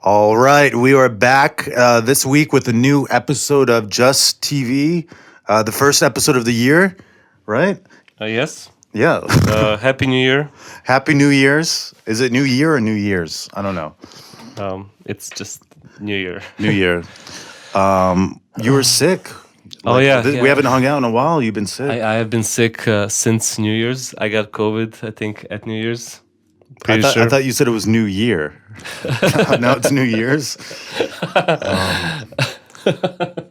All right, we are back uh, this week with a new episode of Just TV, uh, the first episode of the year, right? Uh, yes. Yeah. Uh, Happy New Year. Happy New Year's. Is it New Year or New Year's? I don't know. Um, it's just New Year. New Year. Um, you were sick. Oh, yeah, thi- yeah. We haven't hung out in a while. You've been sick. I, I have been sick uh, since New Year's. I got COVID, I think, at New Year's. Pretty I, thought, sure. I thought you said it was New Year. now it's New Year's. Um, yeah,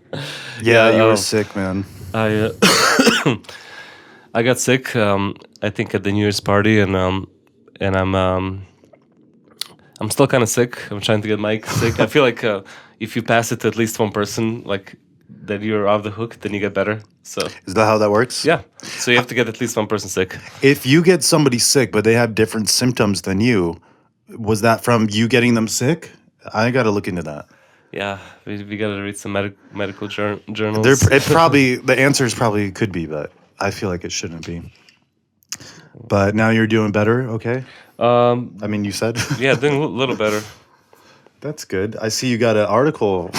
Yeah, you oh. were sick, man. I, uh, I got sick. Um, I think at the New Year's party, and um, and I'm um, I'm still kind of sick. I'm trying to get Mike sick. I feel like uh, if you pass it to at least one person, like then you're off the hook. Then you get better. So Is that how that works? yeah. So you have to get at least one person sick. If you get somebody sick, but they have different symptoms than you, was that from you getting them sick? I got to look into that. Yeah, we, we gotta read some medic medical jour- journals. There, it probably the answers probably could be, but I feel like it shouldn't be. But now you're doing better, okay? um, I mean, you said yeah, doing a little better. that's good. I see you got an article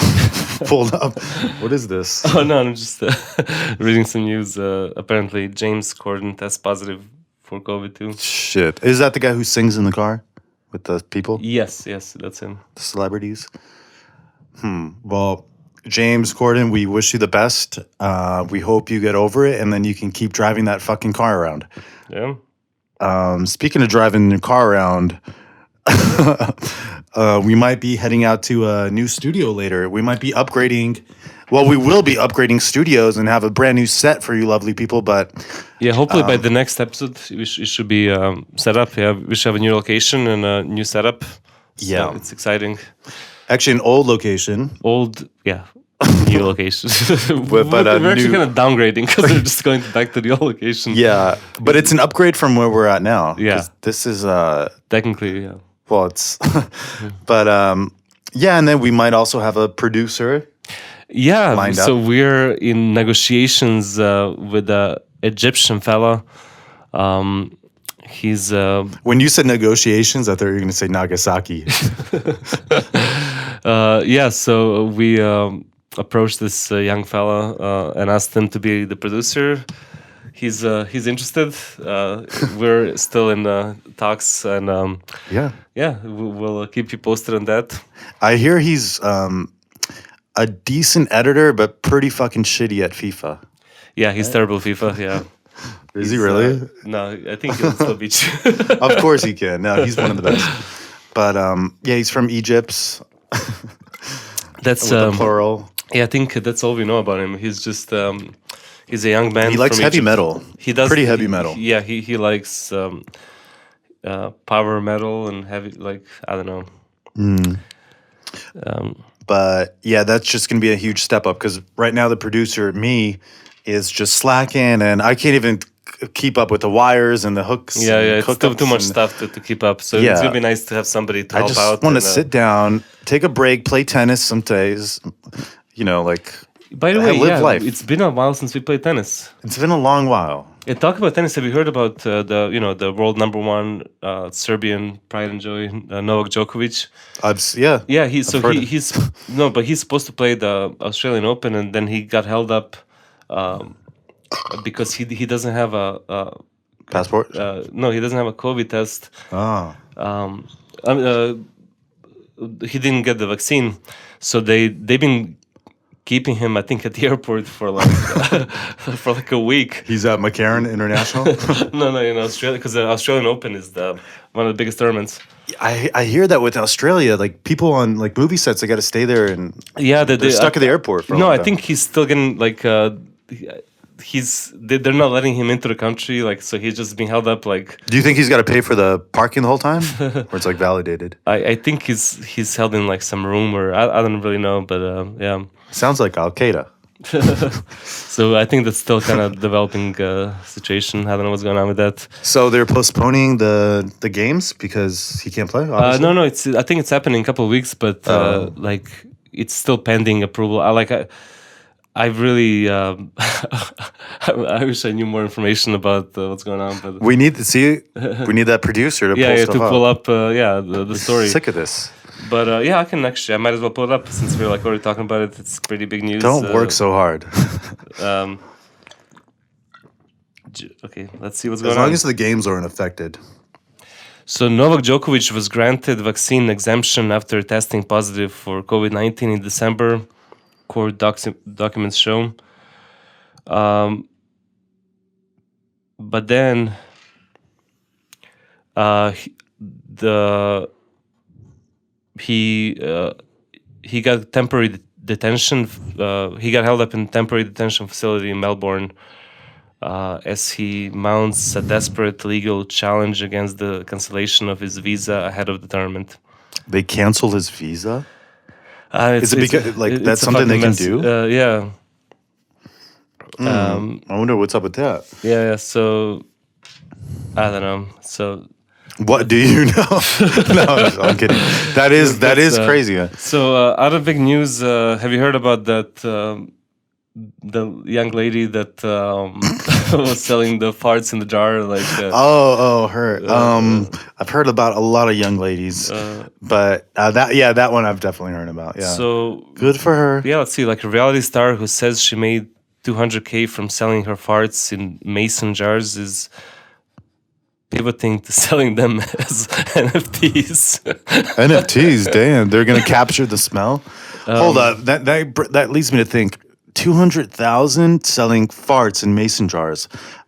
pulled up. What is this? Oh no, I'm just uh, reading some news. Uh, apparently, James Corden tests positive for COVID too. Shit, is that the guy who sings in the car with the people, Yes, yes, that's him. the celebrities? Hmm. Well, James Corden, we wish you the best. Uh, we hope you get over it, and then you can keep driving that fucking car around. Yeah. Um, speaking of driving the car around, uh, we might be heading out to a new studio later. We might be upgrading. Well, we will be upgrading studios and have a brand new set for you, lovely people. But Yeah, hopefully Um, by the next episode, we sh- it should be um, set up. Yeah, we should have a new location and a new setup. So Yeah. it's exciting. actually, an old location. Old, yeah, new location. But- but, uh, we're actually new- kind of downgrading because we're just going back to the old location. Yeah, but it's an upgrade from where we're at now. 'cause Yeah. this is uh, technically, yeah. well, it's, Mm-hmm. but um, yeah, and then we might also have a producer. Yeah, lined so we're in negotiations uh, with a Egyptian fella. Um, he's uh, When you said negotiations, I thought you were going to say Nagasaki. uh, yeah. So we um, approached this uh, young fella uh, and asked him to be the producer. He's uh, he's interested. Uh, we're still in uh, talks, and um, yeah. yeah, we- we'll uh, keep you posted on that. I hear he's um, a decent editor, but pretty fucking shitty at FIFA. Yeah, he's terrible FIFA. Yeah, Is he He's, uh, really? no, I think he'll still beat you. of course he can. No, he's one of the best. But um, yeah, he's from Egypt. That's With a um, plural. Yeah, I think that's all we know about him. He's just um, he's a young man. He likes from heavy Egypt. metal. He does pretty heavy he- metal. he- yeah, he he likes um, uh, power metal and heavy like I don't know. Um, but yeah, that's just going to be a huge step up because right now the producer, me, is just slacking, and I can't even c- keep up with the wires and the hooks. yeah, and yeah, it's too, hookups too much and- stuff to, to keep up. So Yeah. it's gonna be nice to have somebody to I help just out. want to and, uh, sit down, take a break, play tennis some days. You know, like By the I way, live yeah, life. it's been a while since we played tennis. it's been a long while. And talk about tennis. Have you heard about uh, the you know the world number one uh, Serbian pride and joy uh, Novak Djokovic? I've s- yeah, Yeah, he so heard he, it. he's no, but he's supposed to play the Australian Open, and then he got held up um, because he he doesn't have a, a passport. uh, no, he doesn't have a COVID test. oh, Um, I mean, uh, he didn't get the vaccine, so they they've been keeping him, I think, at the airport for like for like a week. he's at McCarran International. No, no, in Australia, because the Australian Open is the one of the biggest tournaments. I I hear that with Australia, like people on like movie sets, they got to stay there and Yeah, the, they're the- stuck at the airport. For a no, long I time. think he's still getting like uh, he- he's they- they're not letting him into the country. Like so, he's just being held up. Like Do you think he's got to pay for the parking the whole time, or it's like validated? I, I think he's he's held in like some room or I, I don't really know, but uh, yeah. Sounds like Al Qaeda. So I think that's still kind of developing uh, situation. I don't know what's going on with that. So they're postponing the the games because he can't play. Uh, obviously? no, no, it's I think it's happening in a couple of weeks, but uh, Oh. like it's still pending approval. I like I. I really, um, I I wish I knew more information about uh, what's going on. But we need to see. We need that producer to yeah, pull yeah, stuff to up. pull up, uh, yeah, the, the story. Sick of this. But uh, yeah, I can actually. I might as well pull it up since we are like already talking about it. It's pretty big news. Don't uh, work so hard. Um, j- okay, let's see what's as going long on. as the games aren't affected. so Novak Djokovic was granted vaccine exemption after testing positive for COVID nineteen in December. Court docu- documents show. Um, but then, uh, he- the he uh, he got temporary det- detention. f- Uh, he got held up in temporary detention facility in Melbourne uh, as he mounts a desperate legal challenge against the cancellation of his visa ahead of the tournament. They canceled his visa. Uh, Is it because- like, it's that's a something they fucking can mess. Uh, yeah, Hmm. Um, I wonder what's up with that. yeah, yeah. So I don't know. So What do you know? no, I'm, I'm kidding. That is that is uh, crazy. man. So, uh, other big news. Uh, have you heard about that? Um, the young lady that um, was selling the farts in the jar, like uh, Oh, oh, her. um, I've heard about a lot of young ladies, but uh, that yeah, that one I've definitely heard about. Yeah, so. good for her. Yeah, let's see. Like a reality star who says she made 200k from selling her farts in mason jars is pivoting to selling them as NFTs. NFTs, damn, they're gonna capture the smell. Hold up, that that br- that leads me to think: two hundred thousand selling farts in mason jars.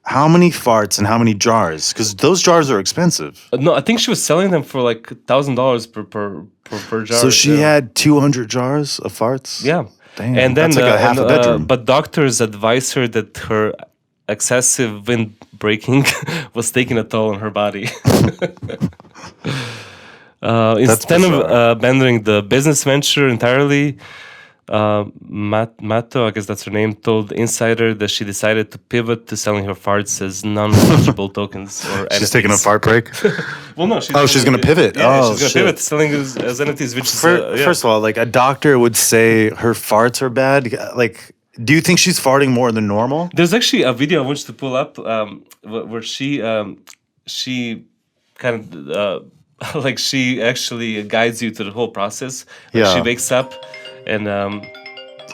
How many farts and how many jars? Because those jars are expensive. no, I think she was selling them for like thousand dollars per per per per jar. So she yeah. had two hundred jars of farts. Yeah. Damn, and then that's like a uh, half a and, uh, bedroom. but doctors advised her that her excessive wind breaking was taking a toll on her body. uh, instead of bizarre. uh, abandoning the business venture entirely, uh, Mat- Mato, I guess that's her name, told Insider that she decided to pivot to selling her farts as non-fungible tokens or She's taking a NFTs. fart break. Well, no, she's Oh, she's gonna pivot. Yeah, Oh, she's gonna shit. pivot to selling as, as NFTs, which is Fir uh, yeah. First of all, like a doctor would say her farts are bad. Like, do you think she's farting more than normal? There's actually a video I want you to pull up um, wh- where she um, she kind of uh, like she actually guides you through the whole process. Like Yeah. She wakes up and um,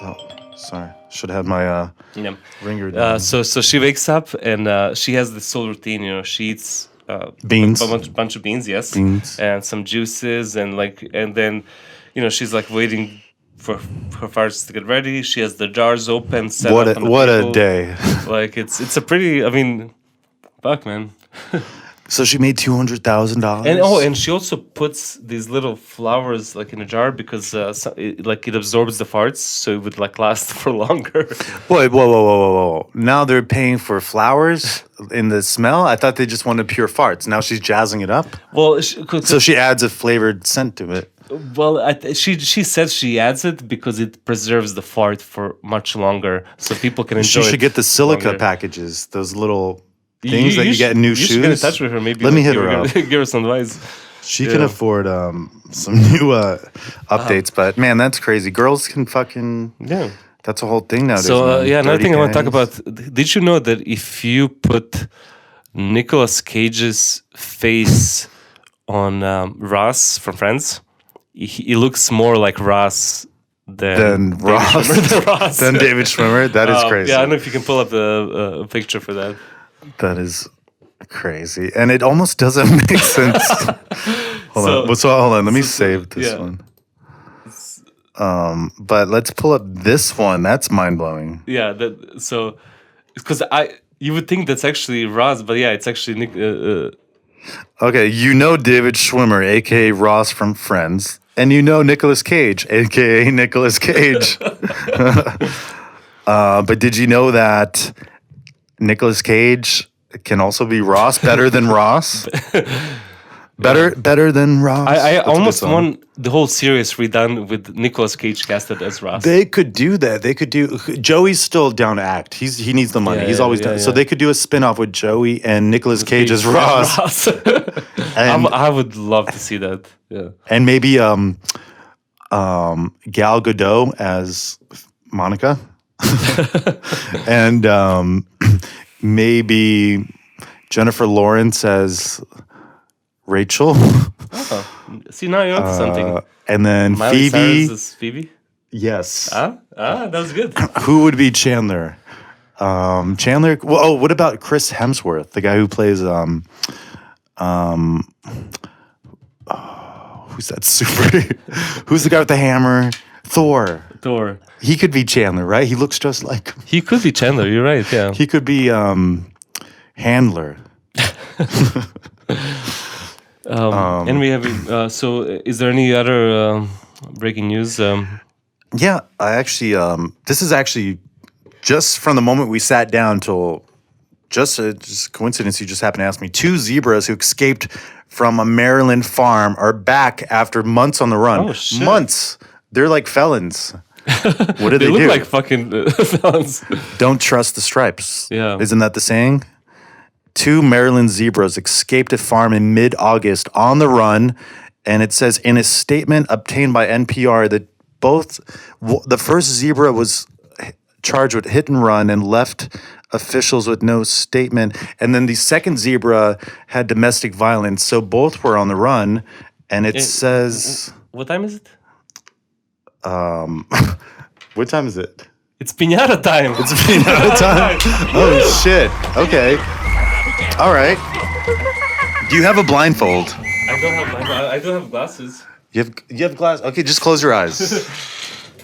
Oh, sorry. Should have my uh, you know, ringer. down. uh, so so she wakes up and uh, she has this whole routine. You know, she eats. Uh, Beans. a bunch, bunch of beans, yes, Beans. and some juices, and like, and then, you know, she's like waiting for her farts to get ready. She has the jars open. Set What a up on the what a table. day. Like it's it's a pretty. I mean, fuck, man. So she made two hundred thousand dollars. And oh, and she also puts these little flowers like in a jar because uh, so, it, like it absorbs the farts, so it would like last for longer. wait, whoa, whoa, whoa, whoa, whoa! Now they're paying for flowers in the smell. I thought they just wanted pure farts. Now she's jazzing it up, well, she, 'cause- so she adds a flavored scent to it. well, I, th- she she says she adds it because it preserves the fart for much longer, so people can enjoy. She should it get the silica longer. packages. Those little things that you should- get in new you shoes. should get in touch with her. Maybe Let me like, hit give her up. Give her some advice. She can Yeah. afford um, some new uh, updates, Uh-huh. but man, that's crazy. Girls can fucking. Yeah. That's a whole thing nowadays. So uh, man. yeah, another Dirty thing I want to talk panties. about. th- Did you know that if you put Nicolas Cage's face on um, Ross from Friends, he, he looks more like Ross than Then David Ross. Schwimmer than Ross. Then David Schwimmer. That is Uh, crazy. Yeah, I don't know if you can pull up the uh, picture for that. That is crazy, and it almost doesn't make sense. hold So- on. Well, So hold on. Let me save this yeah. one. Um, but let's pull up this one. That's mind blowing. Yeah, that so because I you would think that's actually Ross, but yeah, it's actually Nick. Uh, uh, Okay, you know David Schwimmer, aka Ross from Friends, and you know Nicolas Cage, aka Nicolas Cage. uh, but did you know that Nicolas Cage can also be Ross better than Ross? better, better than Ross. I, I That's a good almost song. want the whole series redone with Nicolas Cage casted as Ross. They could do that. They could do. Joey's still down to act. He's he needs the money. Yeah, He's yeah, always yeah, down. So yeah. they could do a spin-off with Joey and Nicolas Cage as Ross, Ross. I'm- and, I would love to see that. Yeah. and maybe um, um, Gal Gadot as Monica, and um, maybe Jennifer Lawrence as Rachel, Oh. See, now you're onto something. uh, and then Miley Phoebe. Cyrus is Phoebe. yes. Ah, ah, that was good. Who would be Chandler? Um, Chandler. Well, oh, what about Chris Hemsworth, the guy who plays um, um, oh, who's that super? who's the guy with the hammer? Thor. Thor. He could be Chandler, right? He looks just like him. He could be Chandler. You're right. Yeah. He could be um, Handler. Um, and we have. Uh, so, is there any other um, breaking news? Um, Yeah, I actually. Um, this is actually just from the moment we sat down till just a just coincidence. You just happened to ask me. Two zebras who escaped from a Maryland farm are back after months on the run. Oh, shit. Months. They're like felons. What do they, they look do? like fucking uh, felons. Don't trust the stripes. Yeah. Isn't that the saying? Two Maryland zebras escaped a farm in mid August on the run. And it says in a statement obtained by NPR that both w- the first zebra was h- charged with hit and run and left officials with no statement. And then the second zebra had domestic violence. So both were on the run. And it says, What time is it? what time is it? It's pinata time. You know, it's on- Oh shit. Okay. All right. Do you have a blindfold? I don't have. my- I don't have glasses. You have you have glass. Okay, just close your eyes.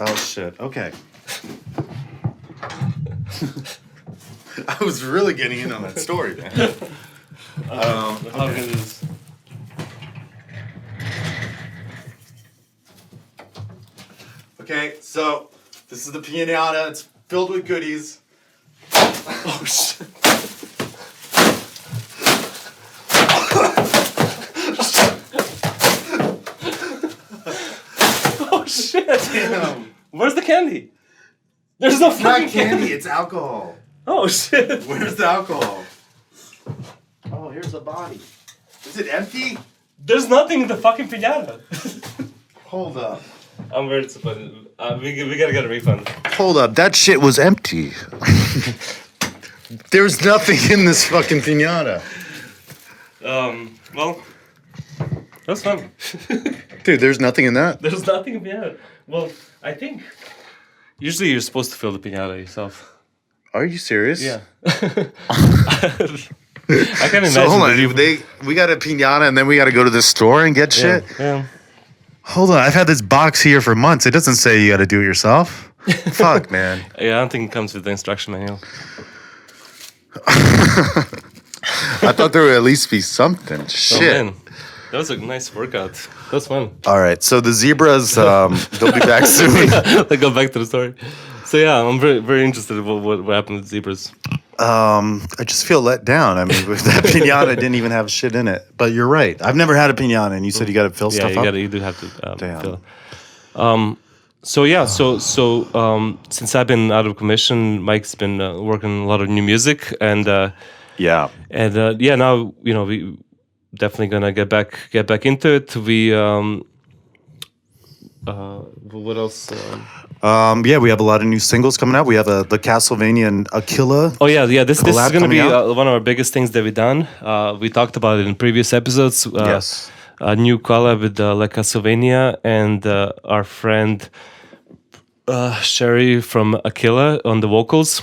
oh shit. Okay. I was really getting in on that story, man. How good is this? Okay, so this is the pianata. It's filled with goodies. Oh shit. Oh shit! Damn. Where's the candy? There's no fucking candy. it's alcohol. Oh shit! Where's the alcohol? Oh, here's the body. Is it empty? There's nothing in the fucking pinata. Hold up. I'm very disappointed. Uh, we, we gotta get a refund. Hold up. That shit was empty. There's nothing in this fucking pinata. Um, well, that's fun. Dude, there's nothing in that. There's nothing in pinata. Well, I think usually you're supposed to fill the pinata yourself. Are you serious? I can imagine. So hold that you- on. They we got a pinata and then we got to go to the store and get Yeah, shit. yeah. Hold on. I've had this box here for months. It doesn't say you got to do it yourself. Fuck, man. Yeah, I don't think it comes with the instruction manual. I thought there would at least be something. Oh, Shit. man. That was a nice workout. That's fun. All right. So the zebras, um, they'll be back soon. I go back to the story. So yeah, I'm very very interested in what, what, what happened with zebras. Um, I just feel let down. I mean, with that pinata didn't even have shit in it. But you're right. I've never had a pinata, and you said you got to fill Yeah, stuff you up. gotta you do have to. Um, Damn. fill. Um, so yeah, so so um, since I've been out of commission, Mike's been uh, working on a lot of new music, and uh, Yeah. and uh, yeah, now you know we definitely gonna get back get back into it. We um, uh, what else? Um, Um, yeah, we have a lot of new singles coming out. We have a, the Castlevania and Aquila. Oh yeah, yeah. This this is Collab gonna be coming out? uh, one of our biggest things that we've done. Uh, we talked about it in previous episodes. Uh, Yes. A new collab with uh, La Castlevania and uh, our friend uh, Sherry from Aquila on the vocals,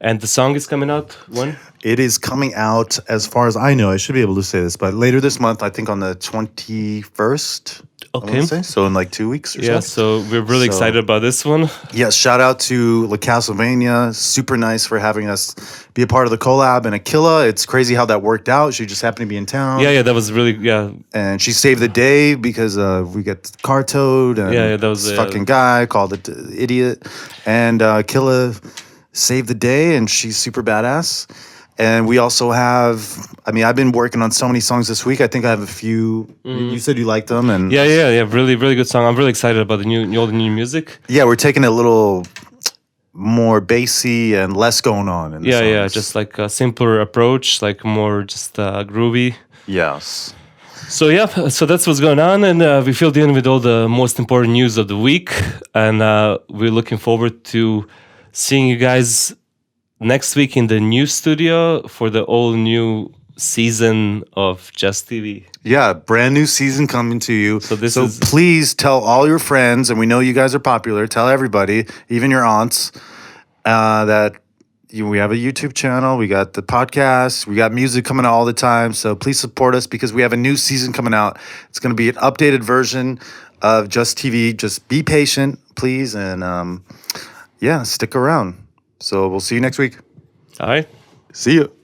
and the song is coming out when It is coming out, as far as I know, I should be able to say this, but later this month, I think on the 21st. I wanna Okay. Say, so in like two weeks or yeah. so. So we're really So- excited about this one. Yes, shout out to La Castlevania. Super nice for having us be a part of the collab and Aquila. It's crazy how that worked out. She just happened to be in town. Yeah, yeah. That was really yeah. and she saved the day because uh, we got the car towed and Yeah, yeah, that was, this uh, fucking guy called it uh, idiot and uh, Killa saved the day and she's super badass and we also have I mean I've been working on so many songs this week I think I have a few you said you liked them and Mm-hmm. Yeah, yeah, yeah. Really, really good song. I'm really excited about the new, new all the new music. yeah we're taking it a little more bassy and less going on in the Yeah, yeah. songs. Just like a simpler approach, like more just uh, groovy. yes So yeah, so that's what's going on, and uh, we filled in with all the most important news of the week, and uh, we're looking forward to seeing you guys next week in the new studio for the all new season of Just TV. Yeah, brand new season coming to you. So this is- please tell all your friends, and we know you guys are popular. Tell everybody, even your aunts, uh, that you, we have a YouTube channel. We got the podcast. We got music coming out all the time. So please support us because we have a new season coming out. It's going to be an updated version of Just TV. Just be patient, please, and um, yeah, stick around. So we'll see you next week. All right. See you.